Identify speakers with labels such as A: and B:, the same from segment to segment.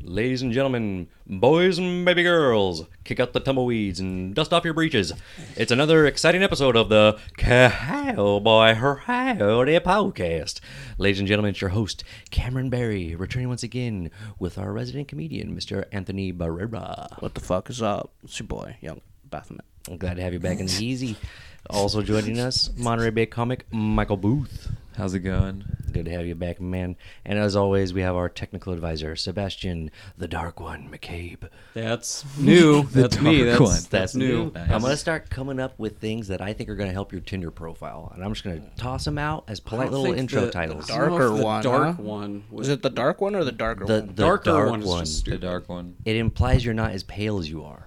A: Ladies and gentlemen, boys and baby girls, kick out the tumbleweeds and dust off your breeches. It's another exciting episode of the Cowboy Howdy Podcast. Ladies and gentlemen, it's your host, Cameron Barry, returning once again with our resident comedian, Mr. Anthony Barrera.
B: What the fuck is up? It's your boy, Young Baphomet.
A: I'm glad to have you back in the easy. Also joining us, Monterey Bay comic Michael Booth.
C: How's it going?
A: Good to have you back, man. And as always, we have our technical advisor, Sebastian, the Dark One, McCabe.
D: That's new. That's me.
C: dark
D: That's,
C: one.
D: that's,
A: That's new.
D: new.
C: Nice.
A: I'm gonna start coming up with things that I think are gonna help your Tinder profile, and I'm just gonna toss them out as polite little intro titles.
B: dark- Darker
D: the
B: one,
D: Dark
B: huh?
D: one.
B: Was it the dark one or the darker
A: the,
B: one?
A: the
D: darker
A: dark
D: one is
A: one.
D: just
C: The
D: stupid.
C: dark one.
A: It implies you're not as pale as you are.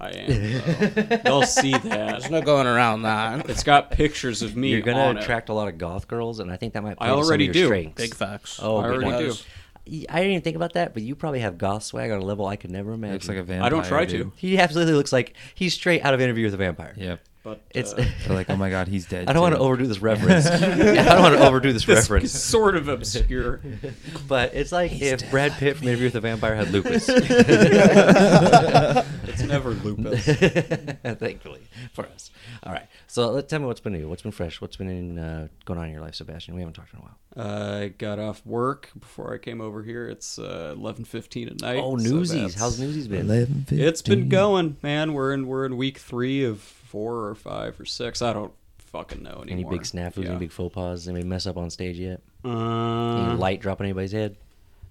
D: I am. Though. Y'all see that?
B: There's no going around that.
D: It's got pictures of me.
A: You're gonna
D: on it.
A: attract a lot of goth girls, and I think that might. Play
D: I
A: to some of
D: already
A: your
D: do.
A: Strengths.
B: Big facts.
A: Oh,
D: I
A: big
D: already do.
A: facts. I didn't even think about that, but you probably have goth swag on a level I could never imagine.
C: Looks like a vampire.
D: I don't try to.
C: dude.
A: He absolutely looks like he's straight out of Interview with a Vampire.
C: Yep.
D: But
A: It's.
D: uh,
C: They're like, oh my god, he's dead.
A: I don't want to
C: too."
A: overdo this reference. Yeah, I don't want to overdo this,
D: this
A: reference.
D: is sort of obscure.
A: But it's like if Brad Pitt from Interview with the Vampire had lupus.
D: It's never lupus.
A: Thankfully for us. All right. So let, tell me what's been new. What's been fresh? What's been in, uh, going on in your life, Sebastian? We haven't talked in a while.
D: Uh, I got off work before I came over here. It's uh, eleven fifteen at night.
A: Oh,
D: so
A: Newsies.
D: that's-
A: How's Newsies been?
D: It's been going, man. We're in we're in week three of four or five or six. I don't fucking know
A: Any
D: anymore.
A: big snafus?
D: Yeah.
A: Any big faux pas? Anybody mess up on stage yet? Any
D: Uh,
A: light dropping anybody's head?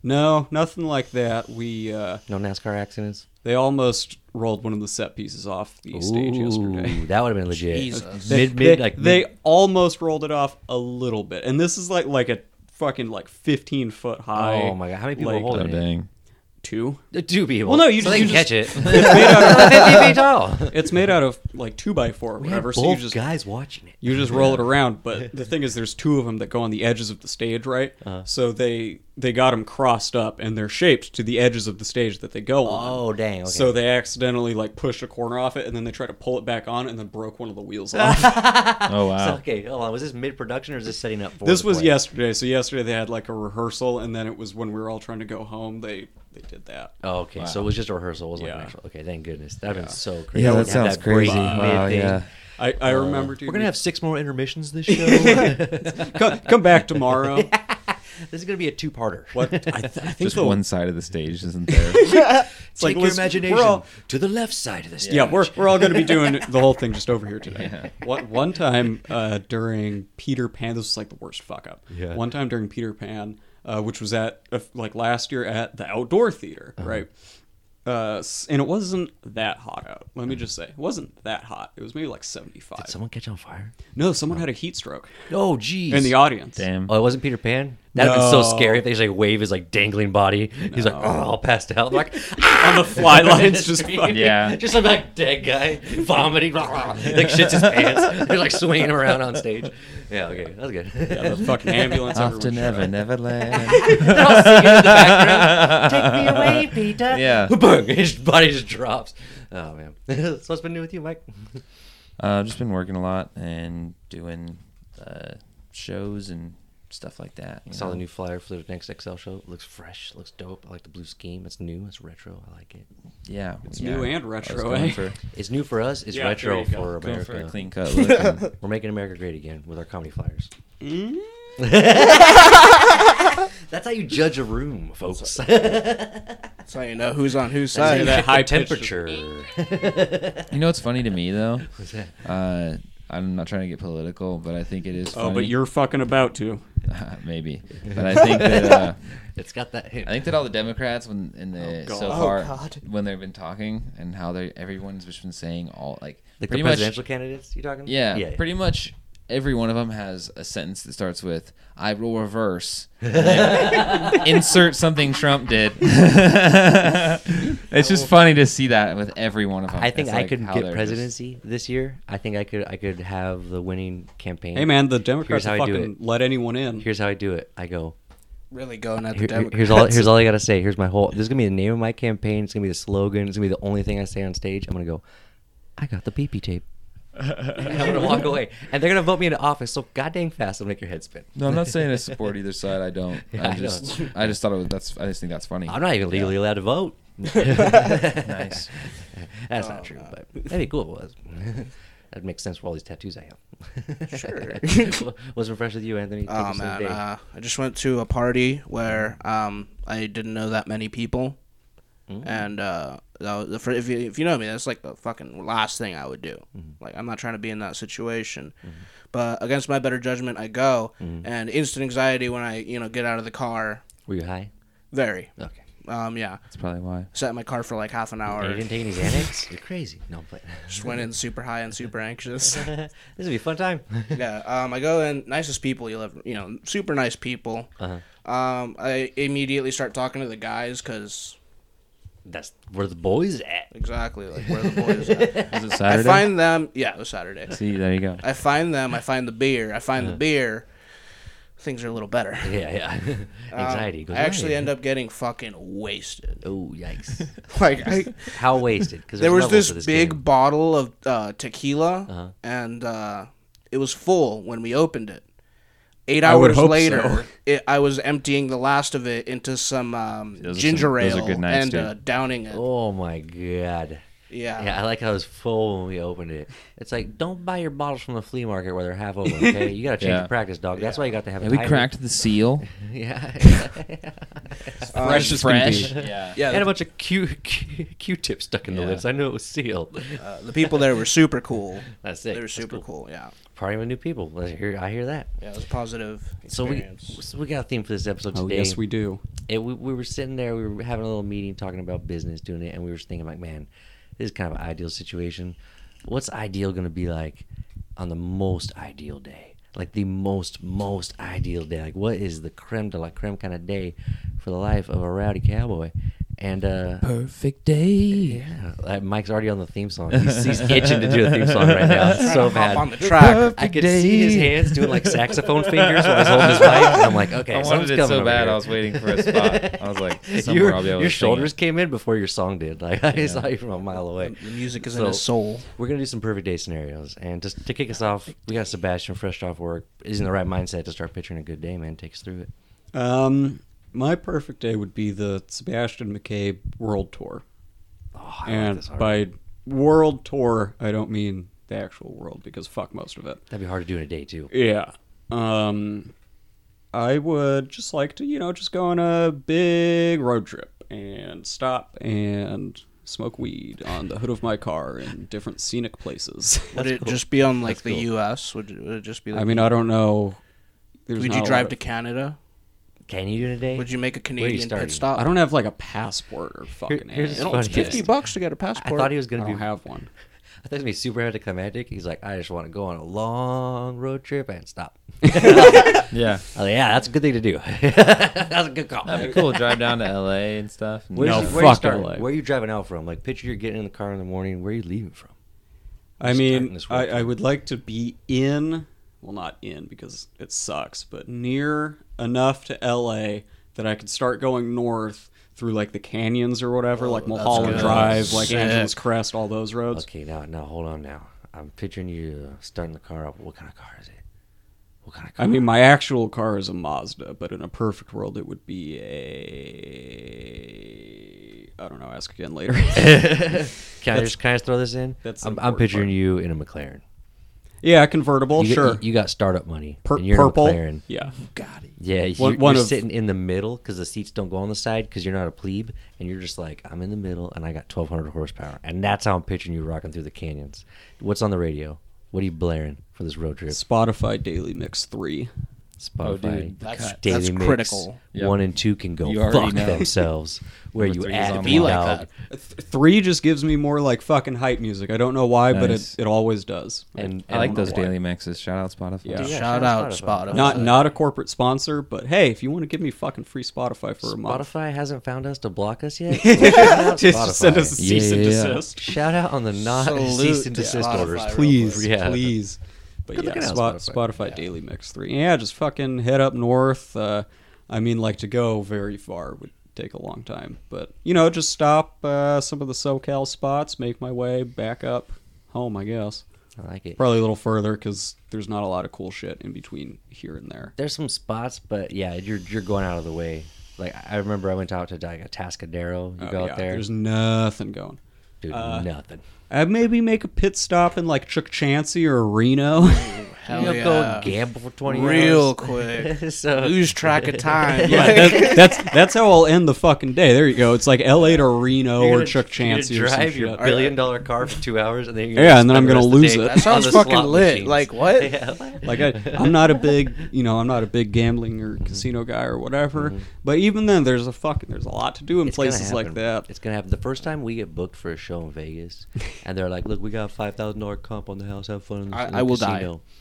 D: no, nothing like that. We uh,
A: No NASCAR accidents?
D: They almost rolled one of the set pieces off the stage yesterday.
A: Ooh, that would have been legit.
B: Jesus.
A: Mid,
D: they,
A: mid, like
D: they
A: mid-
D: almost rolled it off a little bit, and this is like like a fucking like fifteen foot high.
A: Oh my God, how many people
D: like,
A: hold
C: Oh
A: it?
C: dang.
D: Two.
A: two people.
D: Well, no, you
A: so
D: just-
A: they
D: you
A: can
D: just-
A: catch it.
D: It's made out of,
A: Fifty feet tall.
D: it's made out of like two by four, or
A: We had
D: whatever. So you
A: both
D: just
A: guys watching it.
D: you just roll it around. But the thing is, there's two of them that go on the edges of the stage, right?
A: Uh-huh.
D: So they they got them crossed up, and they're shaped to the edges of the stage that they go on.
A: Oh, dang, okay.
D: So they accidentally like pushed a corner off it, and then they tried to pull it back on, and then broke one of the wheels off.
C: Oh
A: So,
C: wow.
A: okay, hold on. Was this mid-production or is this setting up for
D: this
A: the
D: was
A: play?
D: yesterday so yesterday they had like a rehearsal and then it was when we were all trying to go home they they did that
A: Oh, okay. So it was just a rehearsal. It wasn't like an
D: Yeah.
A: actual. Okay, thank goodness. That'd been
D: Yeah.
A: so crazy.
C: Yeah,
A: to
C: that
A: have
C: sounds
A: great
C: crazy. Wow,
A: mid-thing.
C: yeah.
D: i i remember
A: Uh,
D: dude,
A: We're gonna have six more intermissions this show. this
D: come, come back tomorrow
A: is gonna be a two-parter.
D: what i, th- I think
C: Just
D: the,
C: one side of the stage isn't there.
A: Take
D: it's like,
A: your
D: listen, we're
A: imagination
D: all-
A: to the left side of the stage.
D: yeah, we're, we're all going to be doing the whole thing just over here today. One, one time uh, during Peter Pan, this was like the worst fuck up.
A: Yeah.
D: One time during Peter Pan, uh, which was at uh, like last year at the Outdoor Theater,
A: Uh-huh.
D: right? Uh, s- and it wasn't that hot out. Let me just say, it wasn't that hot. It was maybe like seventy five.
A: Uh-huh. Did someone catch on fire?
D: No, someone had a heat stroke
A: Oh, geez.
D: in the audience.
C: Damn.
A: Oh, it wasn't Peter Pan. That'd have been so
D: No.
A: scary if they just like wave his like dangling body. He's like, oh, all passed out. Like
D: On the fly lines, just fucking.
C: Yeah.
A: just some like dead guy vomiting, like shits his pants. They're like swinging him around on stage. Yeah, okay, that's good.
D: Yeah, the fucking ambulance. everyone
C: After
D: showed
C: never,
D: up.
C: never
A: They're all singing in the background. Take me away, Peter.
C: Yeah.
A: Boom. His body just drops. Oh man. so what's been new with you, Mike?
C: Uh, just been working a lot and doing uh, shows and stuff like that. you
A: Saw the
C: know.
A: new flyer for the next XL show. Looks fresh. Looks dope. I like the blue scheme. It's new. It's retro. I like it.
C: Yeah. It's
D: new and retro, eh?
C: For,
A: It's new for us. It's
D: Yeah, there
A: retro
D: you go.
A: for
C: going
A: America.
C: for a clean cut look. and-
A: We're making America great again with our comedy flyers. That's how you judge a room, folks.
B: That's how you know who's on whose
D: Hear
B: side.
D: that high pitch just-
A: temperature.
C: you know what's funny to me though?
A: What's that?
C: Uh, I'm not trying to get political, but I think it is. Funny.
D: Oh, but you're fucking about to.
C: maybe. But I think that uh,
A: It's got that hint.
C: I think that all the Democrats when in the
D: Oh, God.
C: so
D: Oh,
C: far
B: God.
C: when they've been talking and how they everyone's just been saying all like
A: like
C: pretty
A: the
C: much
A: presidential candidates you talking?
C: yeah, pretty much every one of them has a sentence that starts with "I will reverse." and then insert something Trump did. it's just funny to see that with every one of them.
A: Oh. I think
C: It's
A: I
C: like
A: could
C: how
A: get
C: they're
A: presidency this year. I think I could. I could have the winning campaign.
D: Hey, man, the Democrats
A: how I do
D: fucking let anyone in.
A: Here's how I do it. I go.
B: Really going at
A: Here-
B: the
A: here-
B: Democrats.
A: here's all. Here's all I gotta say. Here's my whole. This is gonna be the name of my campaign. It's gonna be the slogan. It's gonna be the only thing I say on stage. I'm gonna go. I got the pee pee tape. And I'm gonna walk away, and they're gonna vote me into office so goddamn fast it'll make your head spin.
C: No, I'm not saying I support either side. I don't.
A: Yeah, I
C: I
A: know.
C: just, I, just thought it was. That's. I just think that's funny.
A: I'm not even legally allowed to vote.
C: Nice.
A: That's not true, but
B: Oh,
A: that'd be cool if it was. That makes sense for all these tattoos I have.
B: Sure.
A: What's refreshed with you, Anthony? Take
B: Oh
A: us to the
B: man,
A: day.
B: uh, I just went to a party where um, I didn't know that many people, and uh, that was the fir- if you if you know me, that's like the fucking last thing I would do. Like I'm not trying to be in that situation, but against my better judgment, I go, and instant anxiety when I you know get out of the car.
A: Were you high?
B: Very,
A: Okay.
B: um, yeah.
C: That's probably why.
B: Sat in my car for like half an
A: And you
B: hour.
A: didn't take any Xanax? You're crazy. No, but
B: Just went in super high and super anxious.
A: this would be a fun time.
B: yeah, um, I go in nicest people you'll ever, you know, super nice people.
A: Uh-huh.
B: Um, I immediately start talking to the guys because
A: That's where the boys at.
B: exactly like where the boys. at.
C: Is it
B: I
C: Saturday?
B: find them. Yeah, it was Saturday.
C: See, there you go.
B: I find them. I find the beer. I find the
A: Uh-huh.
B: beer. Things are a little better.
A: Yeah, yeah. Anxiety. goes
B: Um, I actually
A: away.
B: end up getting fucking wasted.
A: Oh yikes!
B: Like I,
A: How wasted? Because
B: there was this, big bottle of uh, tequila,
A: Uh-huh.
B: and uh, it was full when we opened it. Eight
D: I would
B: hours
D: hope
B: later,
D: so.
B: it, I was emptying the last of it into some um,
C: Those are
B: ginger
C: some- those are
B: ale
C: good nights,
B: and
C: dude.
B: uh, downing it.
A: Oh my god.
B: Yeah.
A: Yeah, I like how it was full when we opened it. It's like don't buy your bottles from the flea market where they're half open. Okay, you gotta change
C: Yeah.
A: your practice, dog. That's why you got to have.
C: Yeah,
A: a
C: we
A: timer.
C: cracked the seal.
A: Yeah.
C: Uh,
D: Fresh as can
C: Fresh.
D: be.
C: Yeah.
B: Yeah,
A: and a bunch of Q Q Q-tips stuck in the
C: Yeah.
A: lids. I knew it was sealed.
B: uh, the people there were super cool.
A: That's it.
B: They were super cool. Yeah,
A: Partying with new people. I hear, I hear that.
B: yeah, it was a positive
A: So we,
B: experience.
A: so we got a theme for this episode
D: Oh,
A: today.
D: yes, we do.
A: and we, we were sitting there, we were having a little meeting, talking about business, doing it, and we were just thinking like, man, this is kind of an ideal situation. What's ideal going to be like on the most ideal day? Like the most most ideal day. Like what is the creme de la creme kind of day for the life of a rowdy cowboy? And uh,
C: Perfect day.
A: yeah, like, Mike's already on the theme song. He's, he's itching to do a theme song right now. It's
B: Trying
A: so
B: to hop
A: bad.
B: on the track.
A: I could see his hands doing like saxophone fingers while he's holding his mic. And I'm like, okay,
C: I
A: someone's
C: wanted it
A: coming
C: so
A: over
C: bad.
A: here.
C: I was waiting for a spot. I was like, somewhere
A: your,
C: I'll be able
A: your
C: to sing
A: shoulders
C: it.
A: came in before your song did. Like I saw you from a mile away.
B: The music is
A: So,
B: in his soul.
A: We're gonna do some perfect day scenarios, and just to kick us off, we got Sebastian fresh off work. Is in the right mindset to start picturing a good day, man. Take us through it.
D: Um, my perfect day would be the Sebastian McCabe World Tour.
A: Oh, I like
D: and
A: this already.
D: by world tour, I don't mean the actual world because fuck most of it.
A: That'd be hard to do in a day too.
D: Yeah. Um, I would just like to, you know, just go on a big road trip and stop and smoke weed on the hood of my car in different scenic places.
B: Would it just be on like the U.S.? Would it, would it just be? Like,
D: I mean, I don't know. There's
B: would
D: not
B: you
D: a
B: drive
D: lot
B: to
D: of-
B: Canada?
A: Can you do it in a day?
B: Would you make
A: are
B: a
A: you
B: Canadian
A: starting?
B: pit stop?
D: I don't have like a passport or fucking.
A: here's
D: anything.
A: the
B: It'll- It's
A: funny
B: fifty
A: is-
B: bucks to get a
A: I
B: passport.
A: thought he was
D: I
A: gonna be.
D: don't have one.
A: I thought he was gonna be super anticlimactic. He's like, I just want to go on a long road trip and stop.
C: Yeah.
A: I was like, Oh, yeah, that's a good thing to do. that's a good call.
C: That'd be cool. Drive down to LA and stuff. and-
A: Where's
D: No,
A: you-
D: fuck
A: starting?
D: LA.
A: Where are you driving out from? Like, picture you're getting in the car in the morning. Where are you leaving from?
D: I
A: Just
D: mean,
A: starting this
D: I,
A: world
D: I would like to be in, well, not in because it sucks, but near enough to LA that I could start going north through like the canyons or whatever, like Mulholland
B: good.
D: Drive, like
B: Sick.
D: Angeles Crest, all those roads.
A: Okay, now, now, hold on. Now, I'm picturing you uh, starting the car up. What kind of car is it? What kind of car?
D: I mean, my actual car is a Mazda, but in a perfect world, it would be a. I don't know. Ask again later.
A: can I just can I just throw this in?
D: that's the
A: I'm, I'm
D: important
A: picturing you in a McLaren.
D: yeah, convertible,
A: you,
D: sure.
A: You, you got startup money.
D: Pur-
A: and you're in a
D: purple. Oh,
A: McLaren.
D: Yeah.
A: Yeah, you-
D: One-
A: you're,
D: one of-
A: sitting in the middle because the seats don't go on the side because you're not a plebe, and you're just like, I'm in the middle, and I got 1,200 horsepower, and that's how I'm picturing you rocking through the canyons. What's on the radio? What are you blaring for this road trip?
D: Spotify Daily Mix 3.
A: Spotify,
C: dude,
B: That's- cut.
A: Daily
B: that's
A: Mix,
B: critical.
C: Yep.
A: One and two can go
C: You already
A: fuck
C: know.
A: themselves. Where
C: Number
A: you
C: three is
A: at,
C: on
A: be
C: the
A: like
B: line.
A: dog.
D: Th- Three just gives me more like fucking hype music. I don't know why, but it,
C: Nice.
D: it always does.
A: And-
C: I like
A: don't know
C: those
A: why.
C: daily mixes. Shout out Spotify.
D: Yeah.
A: Yeah,
B: Shout out Spotify.
D: not not a corporate sponsor, but hey, if you want to give me fucking free Spotify for a month,
A: Spotify hasn't found us to block us yet. Shout out
D: just just send
A: Spotify.
D: us a cease and
C: Yeah, yeah, yeah.
D: desist.
A: Shout out on the not
B: Salute
A: cease and
B: to
A: desist
B: Spotify
A: orders,
B: real
D: Please,
A: quick. Yeah.
D: please. But
A: Good
D: yeah,
A: looking out,
D: Spot,
A: Spotify.
D: Spotify, Daily Mix three. Yeah, just fucking head up north. Uh, I mean, like to go very far would take a long time, but you know, just stop uh, some of the SoCal spots, make my way back up home. I guess.
A: I like it.
D: Probably a little further because there's not a lot of cool shit in between here and there.
A: There's some spots, but yeah, you're you're going out of the way. Like I remember, I went out to like a Tascadero. You
D: Oh,
A: go
D: yeah,
A: out there,
D: There's uh, nothing going.
A: dude, nothing.
D: i maybe make a pit stop in like Chukchansi or Reno.
B: Hell
A: you don't
B: yeah.
A: go gamble for twenty
B: Real
A: hours.
B: quick.
A: so
B: Lose track of time.
D: Yeah, that- that's that's how I'll end the fucking day. There you go. It's like L.A. to Reno
A: you're
D: or
A: gonna-
D: Chukchansi
A: you're
D: or
A: gonna
D: some
A: drive your
D: shit.
A: billion dollar car for two hours, and then you're
D: Yeah, and then I'm
A: spend the
D: gonna
A: rest of the
D: lose
A: day
D: it.
B: That sounds
A: on the
B: fucking
A: slot
B: lit.
A: machines.
B: Like what?
A: Yeah.
D: Like I, I'm not a big, you know, I'm not a big gambling or casino guy or whatever. But even then, there's a fucking there's a lot to do
A: Mm-hmm.
D: in
A: It's gonna
D: places like
A: happen.
D: that.
A: It's gonna happen. The first time we get booked for a show in Vegas, and they're like, "Look, we got a five thousand dollar comp on the house. Have fun." In the,
B: I-
A: in
B: I
A: the
B: will die.
A: casino.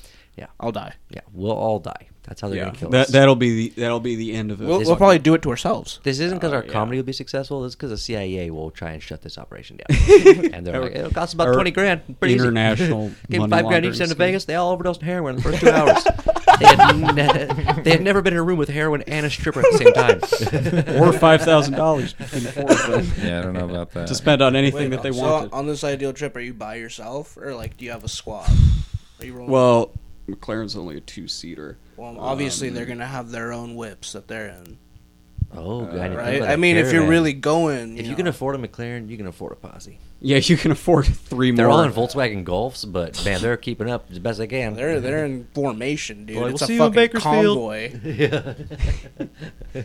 B: I'll die.
A: Yeah, we'll all die. That's how they're
D: Yeah,
A: gonna kill
D: that
A: us.
D: that'll be the that'll be the end of it.
B: We'll,
A: This
B: we'll
A: fucking-
B: probably do it to ourselves.
A: this isn't because
D: Oh,
A: our
D: yeah.
A: comedy will be successful. This because the CIA will try and shut this operation down. and they're like, "It'll cost about
D: Or
A: twenty grand. Pretty easy."
D: international
A: Gave 'em
D: money
A: five grand each
D: laundering
A: sent to
D: scheme.
A: Vegas. They all overdosed on heroin in the first two hours. they, had ne- they had never been in a room with heroin and a stripper at the same time.
D: or five thousand dollars between the four of them
C: Yeah, I don't know about that.
D: to spend on anything that they
B: so
D: wanted.
B: on this ideal trip, are you by yourself or like do you have a squad? Are you rolling?
D: Well,
A: um,
D: McLaren's only a Um, two seater.
B: Well, obviously they're gonna have their own whips that they're in,
A: oh, God, I didn't think
B: right?
A: about
B: I
A: a
B: mean, if you're
A: caravan.
B: really going, you
A: if you
B: know,
A: can afford a McLaren, you can afford a posse.
D: Yeah, you can afford three
A: They're
D: more.
A: all in Volkswagen Golfs, but man, they're keeping up as best they can.
B: they're they're in formation, dude.
A: Well,
B: it's
A: we'll see
B: a
A: you in
B: fucking
A: Bakersfield.
B: convoy.
A: yeah.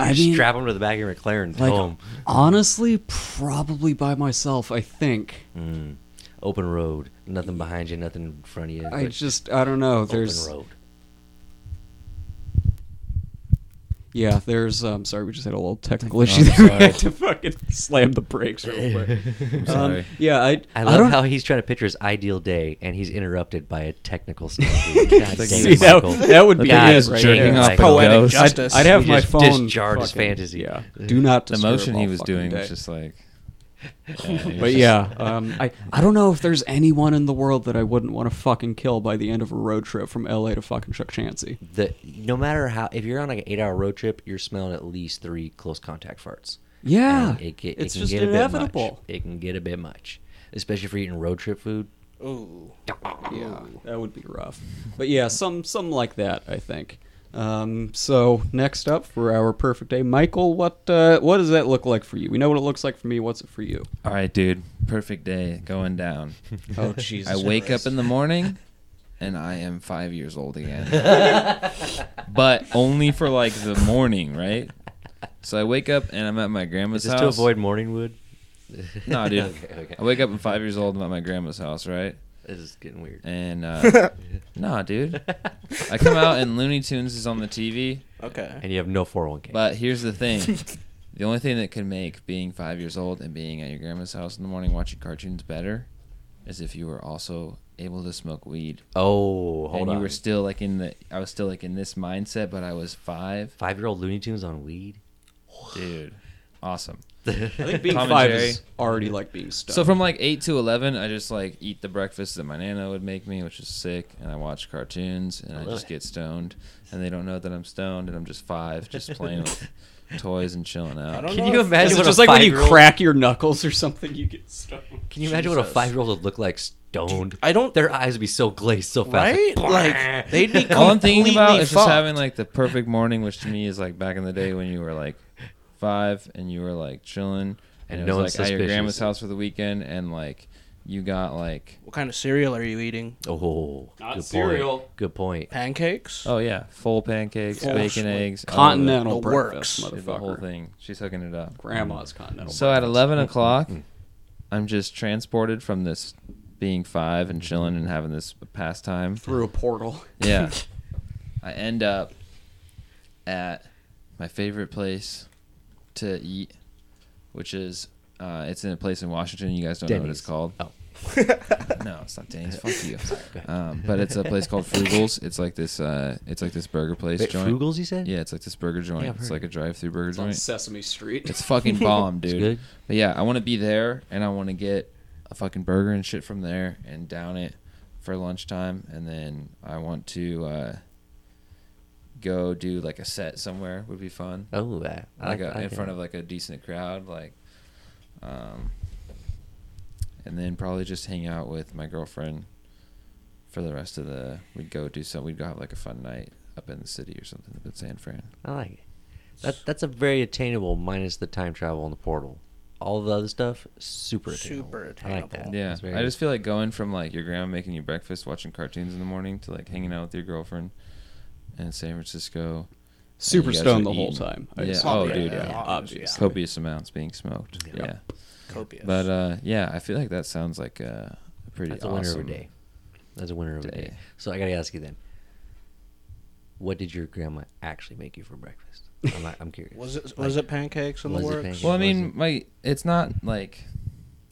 D: I
A: Just
D: mean,
A: strap them to the back of your McLaren
D: like
A: home.
D: honestly, probably by myself. I think.
A: Open road, nothing behind you, nothing in front of you.
D: I
A: but
D: just I don't know. There's
A: open road.
D: yeah. There's um. Sorry, we just had a little technical
C: I'm
D: issue. There. I
C: sorry.
D: had to fucking slam the brakes real quick.
C: I'm
D: Um,
C: sorry.
D: yeah, I.
A: I
D: I
A: love
D: don't,
A: how he's trying to picture his ideal day, and he's interrupted by a technical stampede. God damn
D: See,
A: it,
D: that,
A: Michael.
D: that would be
A: God,
D: it
A: it's
D: right
A: jerking
D: there.
A: off Like,
C: off a
B: poetic
C: ghost.
B: justice.
D: I'd, I'd have
A: You
D: my
A: just
D: phone.
A: disjarred his
D: fucking-
A: fantasy.
D: Yeah. Do not.
C: the
D: disturb
C: motion
D: all
C: he was
D: fucking
C: doing
D: day.
C: was just like.
D: But yeah, um, I I don't know if there's anyone in the world that I wouldn't want to fucking kill by the end of a road trip from L.A. to fucking Chukchansi.
A: The, no matter how, if you're on like an eight-hour road trip, you're smelling at least three close contact farts.
D: Yeah,
A: And it, get,
D: it's
A: it can
D: just
A: get A bit
D: inevitable.
A: much. It can get a bit much, especially if you're eating road trip food.
B: Ooh,
D: Yeah, that would be rough. But yeah, some some like that, I think. Um, so next up for our perfect day, Michael, what uh, what does that look like for you? We know what it looks like for me. What's it for you?
C: All right, dude. Perfect day going down.
D: Oh Jesus!
C: I wake up in the morning and I am five years old again. but only for like the morning, right? So I wake up and I'm at my grandma's
A: Is this
C: house.
A: to avoid morning wood?
C: No, dude.
A: okay, okay.
C: I wake up and five years old. I'm at my grandma's house, right?
A: This is getting weird.
C: And uh, nah, dude. I come out and Looney Tunes is on the TV.
B: okay.
A: And you have no 401k.
C: But here's the thing. The only thing that can make being five years old and being at your grandma's house in the morning watching cartoons better is if you were also able to smoke weed.
A: oh, hold
C: and
A: on.
C: you were still like in the I was still like in this mindset, but I was five.
A: Five-year-old Looney Tunes on weed.
C: Dude. Awesome.
D: I think being
C: Tom and
D: five
C: Jerry.
D: is already like being stuck.
C: So from like eight to eleven I just like eat the breakfast that my nana would make me, which is sick, and I watch cartoons and I,
A: love
C: just
A: it.
C: get stoned. And they don't know that I'm stoned and I'm just five, just playing with toys and chilling out.
B: don't
A: Can
B: know
A: you
B: if-
A: imagine
D: Is it
A: what
D: just
A: a
D: like when you
A: five-year-old-
D: crack your knuckles or something, you get stuck.
A: Can you imagine what a
C: Jesus.
A: five-year-old would look like stoned?
B: I don't.
A: Their eyes would be so glazed so fast.
B: Right? Like they'd be completely
C: All I'm thinking about is just
B: fucked.
C: having like the perfect morning, which to me is like back in the day when you were like five and you were like
A: And
C: chilling and, it
A: no
C: was
A: one's
C: like at your
A: suspicious.
C: grandma's house for the weekend and like you got like
B: What kind of cereal are you eating?
A: Oh,
D: Not
A: good
D: cereal.
A: point. Good point.
B: Pancakes?
C: oh yeah full pancakes,
B: Full
C: bacon,
B: sweet
C: eggs, all of it.
D: Continental
B: The
D: breakfast,
B: works.
C: Did the whole
D: motherfucker.
C: thing. She's hooking it up.
D: Grandma's continental.
C: So at 11 o'clock, I'm just transported from this being five and chilling and having this pastime.
D: through a portal.
C: Yeah. I end up at my favorite place to eat, which is uh, it's in a place in Washington. You guys don't know what it's
A: Denny's.
C: called.
A: Oh.
C: no, it's not Denny's. Fuck you. Um, but it's a place called Frugal's. It's like this. Uh, it's like this burger place
A: Wait,
C: joint.
A: Frugals, you said?
C: Yeah, it's like this burger joint.
A: I've
C: it's
A: heard.
C: like a drive-through burger
D: on
C: joint.
D: Sesame Street.
C: It's fucking bomb, dude.
A: good.
C: But yeah, I want to be there and I want to get a fucking burger and shit from there and down it for lunchtime and then I want to uh, go do like a set somewhere would be fun.
A: Oh, that. I
C: Like
A: like-
C: a,
A: I
C: in
A: can-
C: front of like a decent crowd like um and then probably just hang out with my girlfriend for the rest of the. We'd go do some. We'd go have like a fun night up in the city or something up in San Fran.
A: I like it. That, that's a very attainable, minus the time travel and the portal. All the other stuff, super attainable.
B: Super
A: I like that.
B: attainable.
C: Yeah,
A: That's very-
C: I just feel like going from like your grandma making you breakfast, watching cartoons in the morning, to like hanging out with your girlfriend in San Francisco.
D: Super
C: You guys
D: stoned
C: are
D: the whole
C: eating.
D: time. I
C: Yeah.
D: assume.
C: Oh, dude,
B: yeah.
D: yeah. Obvious.
C: Copious amounts being smoked.
A: Yeah.
C: Yeah.
B: Copious.
C: But uh, yeah, I feel like that sounds like a a pretty
A: That's a winner
C: awesome
A: of a day. That's a winner of a day.
C: day.
A: So I gotta ask you then, what did your grandma actually make you for breakfast? I'm, not- I'm curious.
B: was it was it pancakes in the
A: was it
B: works?
A: pancakes?
C: Well, I
A: Was
C: mean,
A: it-
C: my it's not like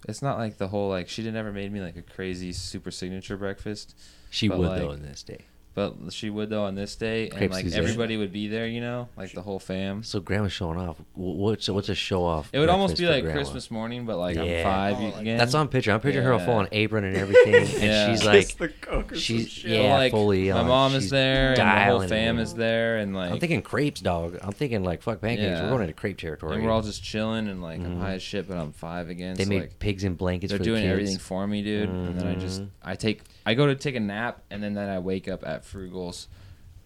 C: it's not like the whole like she did never made me like a crazy super signature breakfast,
A: she
C: but
A: would
C: like-
A: though in this day.
C: but she would though on this day, and
A: Crepes
C: like
A: Suzanne.
C: everybody would be there, you know, like the whole fam.
A: So grandma's showing off. Wh- What's what's a show off?
C: It would almost
A: breakfast
C: be
A: for
C: like
A: grandma?
C: Christmas morning, but like
A: Yeah.
C: I'm five
B: Oh, like-
C: again.
A: That's on picture. I'm picturing her her
C: Yeah.
A: full on apron and everything, and
C: Yeah.
A: she's
D: Kiss
A: like,
D: the coke or some
A: she's
D: shit.
A: yeah,
C: like,
A: fully.
C: My
A: on.
C: mom is
A: She's
C: there, and the whole
A: dialing
C: fam
A: in.
C: is there, and like
A: I'm thinking crepes, dog. I'm thinking like fuck pancakes.
C: Yeah.
A: We're going into crepe territory.
C: and we're all just chilling, and like I'm high as shit, but I'm five again.
A: Mm-hmm. they
C: so
A: made
C: like,
A: pigs in blankets
C: they're
A: for
C: doing
A: the kids. Mm-hmm.
C: everything for me, dude. And then I just I take I go to take a nap, and then then I wake up at Frugal's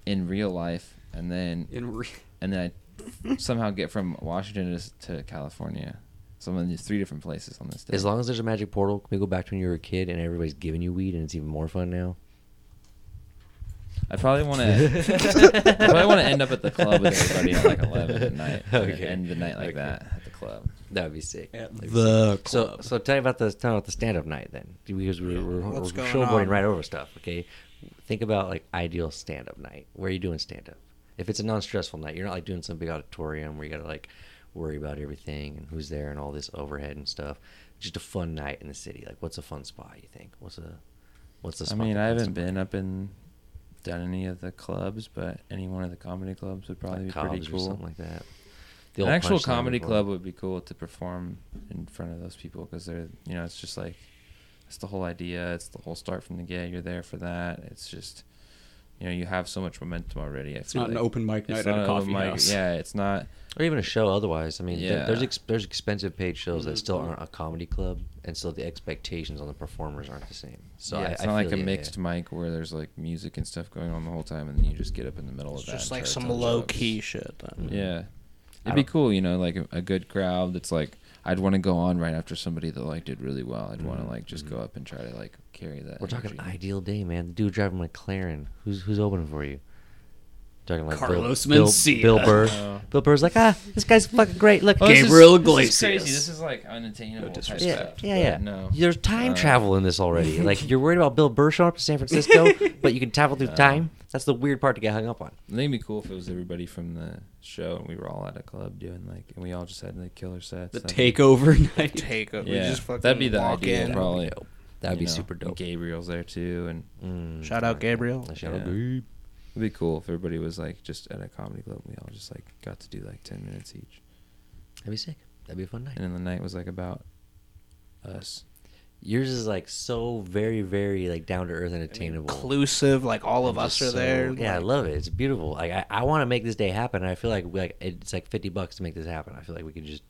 C: in real life, and then
D: In re-
C: and then I somehow get from Washington to, s- to California. So I'm in these three different places on this day.
A: As long as there's a magic portal, can we go back to when you were a kid and everybody's giving you weed and it's even more fun now?
C: I probably want to. I probably want to end up at the club with everybody at like eleven at night. and
A: Okay.
C: End the night like
A: Okay.
C: that at the club.
A: That would be sick.
D: at
A: That'd be
D: the
A: sick. so
D: club.
A: so tell me about the tell me about the stand up night then because we're, we're, we're
B: What's going
A: showboating
B: on?
A: right over stuff. Okay, think about like ideal stand up night. Where are you doing stand up? If it's a non stressful night, you're not like doing some big auditorium where you got to like worry about everything and who's there and all this overhead and stuff. Just a fun night in the city. Like, what's a fun spot? You think? What's a what's the?
C: I
A: Spot
C: mean,
A: that
C: I
A: fits
C: haven't
A: them?
C: been up and done any of the clubs, but any one of the comedy clubs would probably
A: Like
C: be pretty
A: Cobb's
C: cool.
A: or something like that. The old
C: An actual
A: Punchline
C: comedy
A: before.
C: club would be cool to perform in front of those people because they're, you know, it's just like, it's the whole idea. It's the whole start from the get. You're there for that. It's just, you know, you have so much momentum already. I
D: It's
C: feel
D: not an
C: like.
D: open mic
C: It's not
D: night at a
C: an
D: coffee
C: open mic.
D: house.
C: Yeah, it's not.
A: or even a show otherwise i mean there- there's
C: Yeah. Mm-hmm.
A: ex- there's expensive paid shows that still aren't a comedy club and so the expectations on the performers aren't the same so
C: yeah,
A: I,
C: it's
A: I
C: not like
A: feel
C: a
A: ya,
C: mixed
A: yeah.
C: mic where there's like music and stuff going on the whole time, and then you just get up in the middle
B: It's
C: of that.
B: just
C: and
B: like
C: try to
B: some
C: tell
B: low
C: jokes.
B: key shit. Then.
C: Yeah.
A: Mm-hmm. I
C: It'd be
A: don't-
C: cool, you know, like a, a good crowd that's like I'd want to go on right after somebody that like did really well. I'd
A: Mm-hmm.
C: want to like just go up and try to like carry that.
A: we're talking
C: energy.
A: ideal day man the dude driving mclaren who's who's opening for you talking like
D: Carlos
A: bill,
D: Mencia.
A: bill, bill burr
C: Oh.
A: bill burr's like ah this guy's fucking great look
C: this is-
D: Gabriel
C: This is crazy.
D: Iglesias.
C: This is like unattainable. type
D: disrespect.
A: yeah,
C: stuff,
A: yeah,
C: but
A: yeah.
C: No.
A: There's time
C: Uh,
A: travel in this already. like you're worried about Bill Burr showing up to San Francisco, but you can travel
C: Uh.
A: through time. That's the weird part to get hung up on.
C: I think it'd be cool if it was everybody from the show and we were all at a club doing like, and we all just had like killer sets.
D: The
C: That'd be-
D: takeover night.
B: Take it. We
C: Yeah,
B: just fucking
C: that'd be the
B: walk
C: ideal,
B: in.
C: probably.
A: That'd
C: you
A: be
C: know,
A: super dope.
C: Gabriel's there too, and
A: Mm,
B: Shout
A: I
B: out
A: like that.
B: Gabriel.
A: I Shout out
C: Yeah.
A: Gabe.
C: it'd be cool if everybody was like just at a comedy club. and We all just like got to do like ten minutes each.
A: That'd be sick. That'd be a fun night.
C: and then the night was like about us.
A: Yours is like so very, very like down to earth and attainable.
B: Inclusive, like all of
A: And
B: us
A: just
B: are
A: so-
B: there.
A: Yeah, I
B: like,
A: love it. It's beautiful. Like I, I want to make this day happen. and I feel like we- like it's like fifty bucks to make this happen. I feel like we could just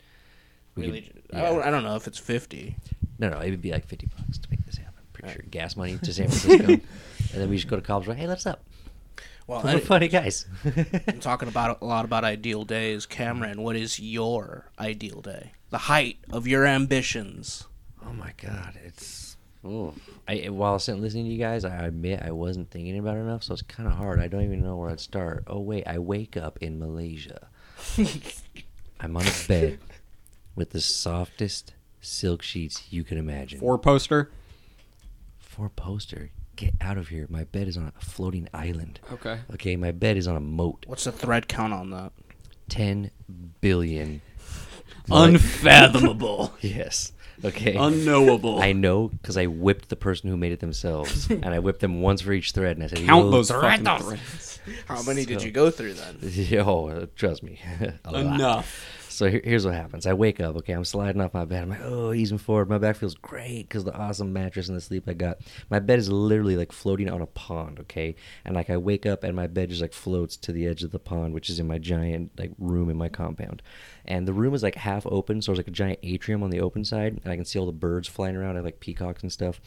A: we
B: really,
A: could,
B: I
A: yeah.
B: don't- I don't know if it's fifty.
A: no no it would be like fifty bucks to make this happen. Pretty sure gas money to San Francisco, and then we just go to Cobb's. Right, hey, let's up.
B: Well,
A: We're
B: I-
A: funny guys.
B: I'm talking about a lot about ideal days, Cameron. What is your ideal day? The height of your ambitions.
A: Oh my god, it's oh. I while sitting listening to you guys, I admit I wasn't thinking about it enough, so it's kind of hard. I don't even know where I'd start. Oh wait, I wake up in Malaysia. I'm on a bed with the softest silk sheets you can imagine.
D: Four poster.
A: Four poster. Get out of here. My bed is on a floating island.
D: Okay.
A: Okay, my bed is on a moat.
B: What's the thread count on that?
A: 10 billion.
D: Unfathomable.
A: Yes. Okay.
D: Unknowable.
A: I know because I whipped the person who made it themselves, and I whipped them once for each thread. And I said,
D: Count
A: "Yo,
D: those
A: thread
D: fucking
A: those."
D: threads.
B: How many did you go through then?
A: Yo, uh, trust me, a lot.
D: Enough.
A: So here- here's what happens. I wake up. Okay, I'm sliding off my bed. I'm like, oh, easing forward. My back feels great because the awesome mattress and the sleep I got. My bed is literally like floating on a pond. Okay, and like I wake up and my bed just like floats to the edge of the pond, which is in my giant like room in my compound. And the room is like half open, so there's like a giant atrium on the open side, and I can see all the birds flying around and like peacocks and stuff.